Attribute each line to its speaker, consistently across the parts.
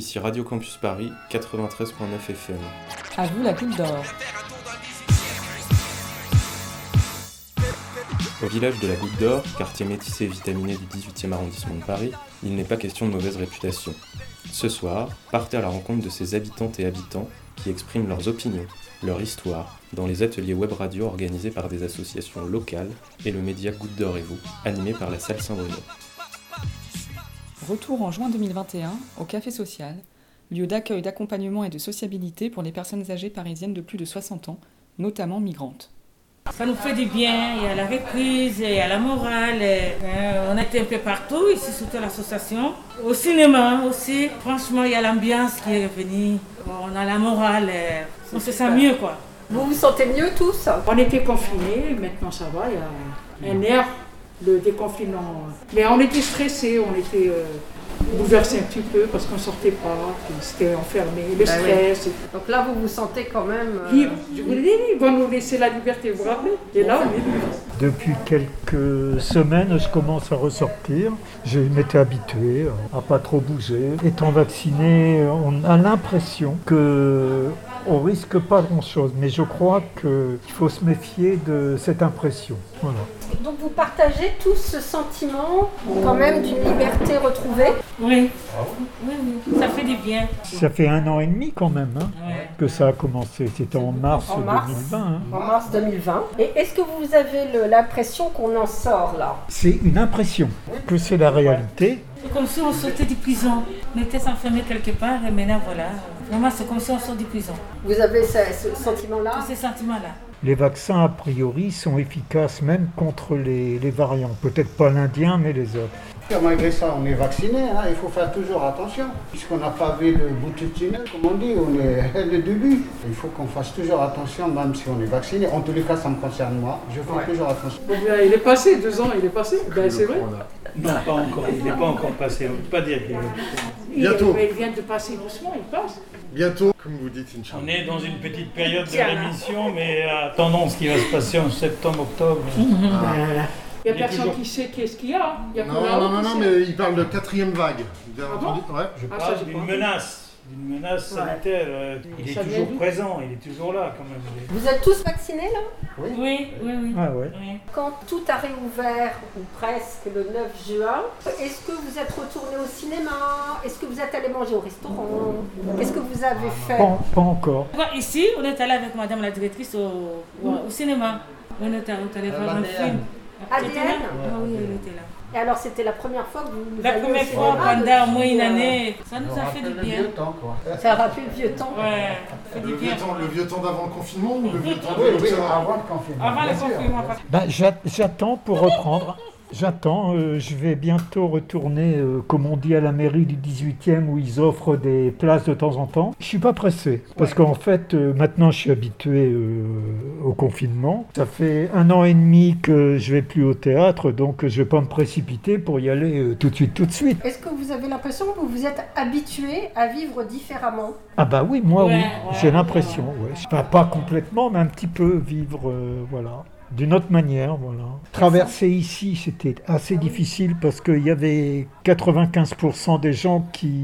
Speaker 1: ici Radio Campus Paris 93.9 FM.
Speaker 2: À vous la Coupe d'Or.
Speaker 1: Au village de la Goutte d'Or, quartier métissé et vitaminé du 18e arrondissement de Paris, il n'est pas question de mauvaise réputation. Ce soir, partez à la rencontre de ces habitantes et habitants qui expriment leurs opinions, leur histoire, dans les ateliers web radio organisés par des associations locales et le média Goutte d'Or et vous, animé par la salle Saint-Bruno.
Speaker 2: Retour en juin 2021 au Café Social, lieu d'accueil, d'accompagnement et de sociabilité pour les personnes âgées parisiennes de plus de 60 ans, notamment migrantes.
Speaker 3: Ça nous fait du bien, il y a la reprise, il y a la morale, et, euh, on était un peu partout, ici surtout à l'association. Au cinéma aussi, franchement il y a l'ambiance qui est revenue, on a la morale, et on se sent mieux quoi.
Speaker 4: Vous vous sentez mieux tous
Speaker 5: On était confinés, maintenant ça va, il y a un air de déconfinement. Mais on était stressés, on était euh, bouleversés un petit peu parce qu'on sortait pas, puis c'était enfermé, le
Speaker 4: Bah oui.
Speaker 5: stress.
Speaker 4: Donc là, vous vous sentez quand même euh,
Speaker 5: Libre. Je vous l'ai dit, ils vont nous laisser la liberté, vous vous rappelez Et là, on est libre.
Speaker 6: Depuis quelques semaines, je commence à ressortir. Je m'étais habitué à pas trop bouger. Étant vacciné, on a l'impression que on risque pas grand-chose, mais je crois qu'il faut se méfier de cette impression. Voilà.
Speaker 4: Donc vous partagez tous ce sentiment quand même d'une liberté retrouvée.
Speaker 3: Oui, oui, oui, ça fait du bien.
Speaker 6: Ça fait un an et demi quand même hein,
Speaker 3: Ouais.
Speaker 6: que ça a commencé. C'était en mars,
Speaker 4: En mars.
Speaker 6: 2020. hein.
Speaker 4: En mars 2020. Et est-ce que vous avez le- l'impression qu'on en sort là
Speaker 6: C'est une impression que c'est la réalité.
Speaker 3: C'est comme si on sortait de prison, on était enfermé quelque part et maintenant voilà. Vraiment c'est comme si on sort de prison,
Speaker 4: Vous avez ce, ce sentiment-là
Speaker 3: tous ces sentiments-là.
Speaker 6: Les vaccins, a priori, sont efficaces même contre les, les variants. Peut-être pas l'Indien, mais les autres.
Speaker 7: Malgré ça, on est vacciné, hein, il faut faire toujours attention, puisqu'on n'a pas vu le bout du tunnel, comme on dit, on est le début. Il faut qu'on fasse toujours attention, même si on est vacciné. En tous les cas, ça me concerne moi, je fais toujours attention.
Speaker 5: Bon, ben, il est passé, deux ans, il est passé. Ben, c'est vrai.
Speaker 8: Non, pas encore. Il n'est pas encore passé. On ne peut pas dire qu'il est.
Speaker 5: Il,
Speaker 9: Bientôt.
Speaker 5: il vient de passer doucement, il passe.
Speaker 9: Bientôt, comme vous dites, Inch'Allah.
Speaker 8: On est dans une petite période de rémission, mais à tendance qui va se passer en septembre, octobre.
Speaker 5: Il n'y
Speaker 8: Il
Speaker 5: a
Speaker 8: est
Speaker 5: personne
Speaker 8: toujours-
Speaker 5: qui sait qu'est-ce qu'il y a. Il y a que
Speaker 9: Non, non,
Speaker 5: la haute
Speaker 9: non,
Speaker 5: qui
Speaker 9: non,
Speaker 5: sait.
Speaker 9: mais il parle de quatrième vague. Vous avez
Speaker 5: Ah bon
Speaker 9: entendu Ouais, je
Speaker 5: Ah, ça,
Speaker 8: Parle
Speaker 5: j'ai pas
Speaker 8: d'une
Speaker 5: entendu.
Speaker 8: menace, d'une menace sanitaire. euh, Il
Speaker 5: Ça
Speaker 8: est
Speaker 5: vient d'où
Speaker 8: toujours présent, il est toujours là quand même. Il est-
Speaker 4: Vous êtes tous vaccinés là
Speaker 3: Oui, oui, oui.
Speaker 6: Ah ouais.
Speaker 3: oui.
Speaker 4: Quand tout a réouvert, ou presque le 9 juin, est-ce que vous êtes retourné au cinéma Est-ce que vous êtes allé manger au restaurant Qu'est-ce que vous avez fait
Speaker 6: Pas, pas encore.
Speaker 3: Tu vois, Ici, on est allé avec madame la directrice au, au- au cinéma. On est allé on est allé voir un
Speaker 7: l'ADN.
Speaker 3: film. Tu étais là
Speaker 4: ADN?
Speaker 3: Ah oui, elle était là.
Speaker 4: Et alors, c'était la première fois que vous vous
Speaker 3: La
Speaker 4: alliez au
Speaker 3: première fois,
Speaker 4: cinéma
Speaker 3: pendant au
Speaker 4: depuis,
Speaker 3: moins une
Speaker 4: euh,
Speaker 3: année, Ah, ça nous a fait
Speaker 7: rappelle
Speaker 3: du
Speaker 7: le
Speaker 3: bien.
Speaker 7: vieux temps, quoi.
Speaker 4: Ça a rappelé le vieux temps.
Speaker 3: Ouais, ça fait
Speaker 9: Le
Speaker 3: du
Speaker 9: vieux
Speaker 3: bien.
Speaker 9: temps, le vieux temps d'avant le confinement ou le vieux temps
Speaker 7: Oui,
Speaker 9: de
Speaker 7: oui, avant le confinement.
Speaker 3: Avant le
Speaker 7: bien sûr.
Speaker 3: confinement, parce
Speaker 6: Bah, j'a- j'attends pour reprendre. J'attends. euh, je vais bientôt retourner, euh, comme on dit, à la mairie du 18e où ils offrent des places de temps en temps. Je suis pas pressé. Parce qu'en fait, euh, maintenant, je suis habitué euh, au confinement. Ça fait un an et demi que je vais plus au théâtre, donc euh, je vais pas me précipiter pour y aller euh, tout de suite, tout de suite.
Speaker 4: Est-ce que vous avez l'impression que vous vous êtes habitué à vivre différemment
Speaker 6: Ah bah oui, moi
Speaker 3: Ouais,
Speaker 6: oui,
Speaker 3: ouais,
Speaker 6: j'ai l'impression, ouais. Enfin, pas complètement, mais un petit peu vivre, euh, voilà, d'une autre manière, voilà. Traverser ici, c'était assez difficile parce qu'il y avait 95% des gens qui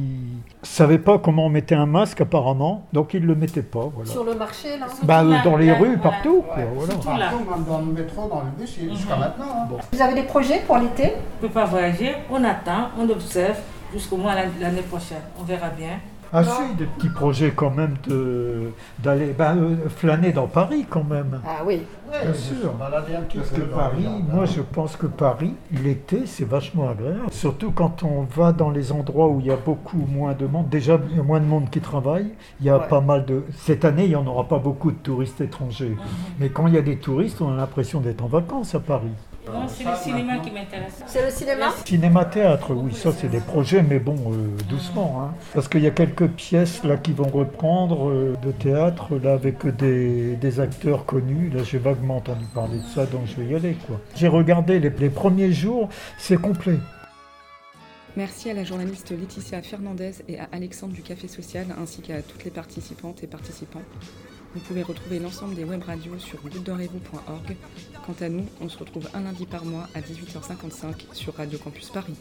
Speaker 6: savaient pas comment on mettait un masque apparemment, donc ils le mettaient pas, voilà.
Speaker 4: sur le marché là
Speaker 6: Bah,
Speaker 3: Surtout
Speaker 6: euh,
Speaker 3: là,
Speaker 6: dans les
Speaker 3: là,
Speaker 6: rues,
Speaker 3: voilà.
Speaker 6: partout, quoi,
Speaker 7: Ouais.
Speaker 6: voilà.
Speaker 3: Surtout là. Mhm.
Speaker 7: Partout, même dans le métro, dans le bus, et jusqu'à maintenant. hein.
Speaker 4: Vous avez des projets pour l'été
Speaker 3: qu'on ne peut pas voyager, on attend, on observe jusqu'au mois l'an- l'année prochaine. On verra bien.
Speaker 6: Ah si, des petits projets quand même de d'aller bah, euh, flâner dans Paris quand même.
Speaker 4: Ah oui.
Speaker 7: Ouais,
Speaker 6: Bien
Speaker 7: je
Speaker 6: sûr.
Speaker 7: suis baladé un petit
Speaker 6: Parce
Speaker 7: peu
Speaker 6: que
Speaker 7: dans le
Speaker 6: Paris,
Speaker 7: jardin.
Speaker 6: moi je pense que Paris, l'été, c'est vachement agréable. Surtout quand on va dans les endroits où il y a beaucoup moins de monde. Déjà, il y a moins de monde qui travaille. Il y a
Speaker 4: Ouais.
Speaker 6: pas mal de. Cette année, il n'y en aura pas beaucoup de touristes étrangers. Mais quand il y a des touristes, on a l'impression d'être en vacances à Paris.
Speaker 7: Ah,
Speaker 3: Bon, c'est le cinéma qui m'intéresse.
Speaker 4: C'est le cinéma
Speaker 6: Cinéma-théâtre, oui, ça c'est des projets, mais bon, euh, doucement. hein. Parce qu'il y a quelques pièces là qui vont reprendre euh, de théâtre, là avec des, des acteurs connus. Là j'ai vaguement entendu parler de ça, donc je vais y aller. quoi. J'ai regardé les, les premiers jours, c'est complet.
Speaker 2: Merci à la journaliste Laetitia Fernandez et à Alexandre du Café Social ainsi qu'à toutes les participantes et participants. Vous pouvez retrouver l'ensemble des web radios sur goutte-de-rêve.org. Quant à nous, on se retrouve un lundi par mois à 18h55 sur Radio Campus Paris.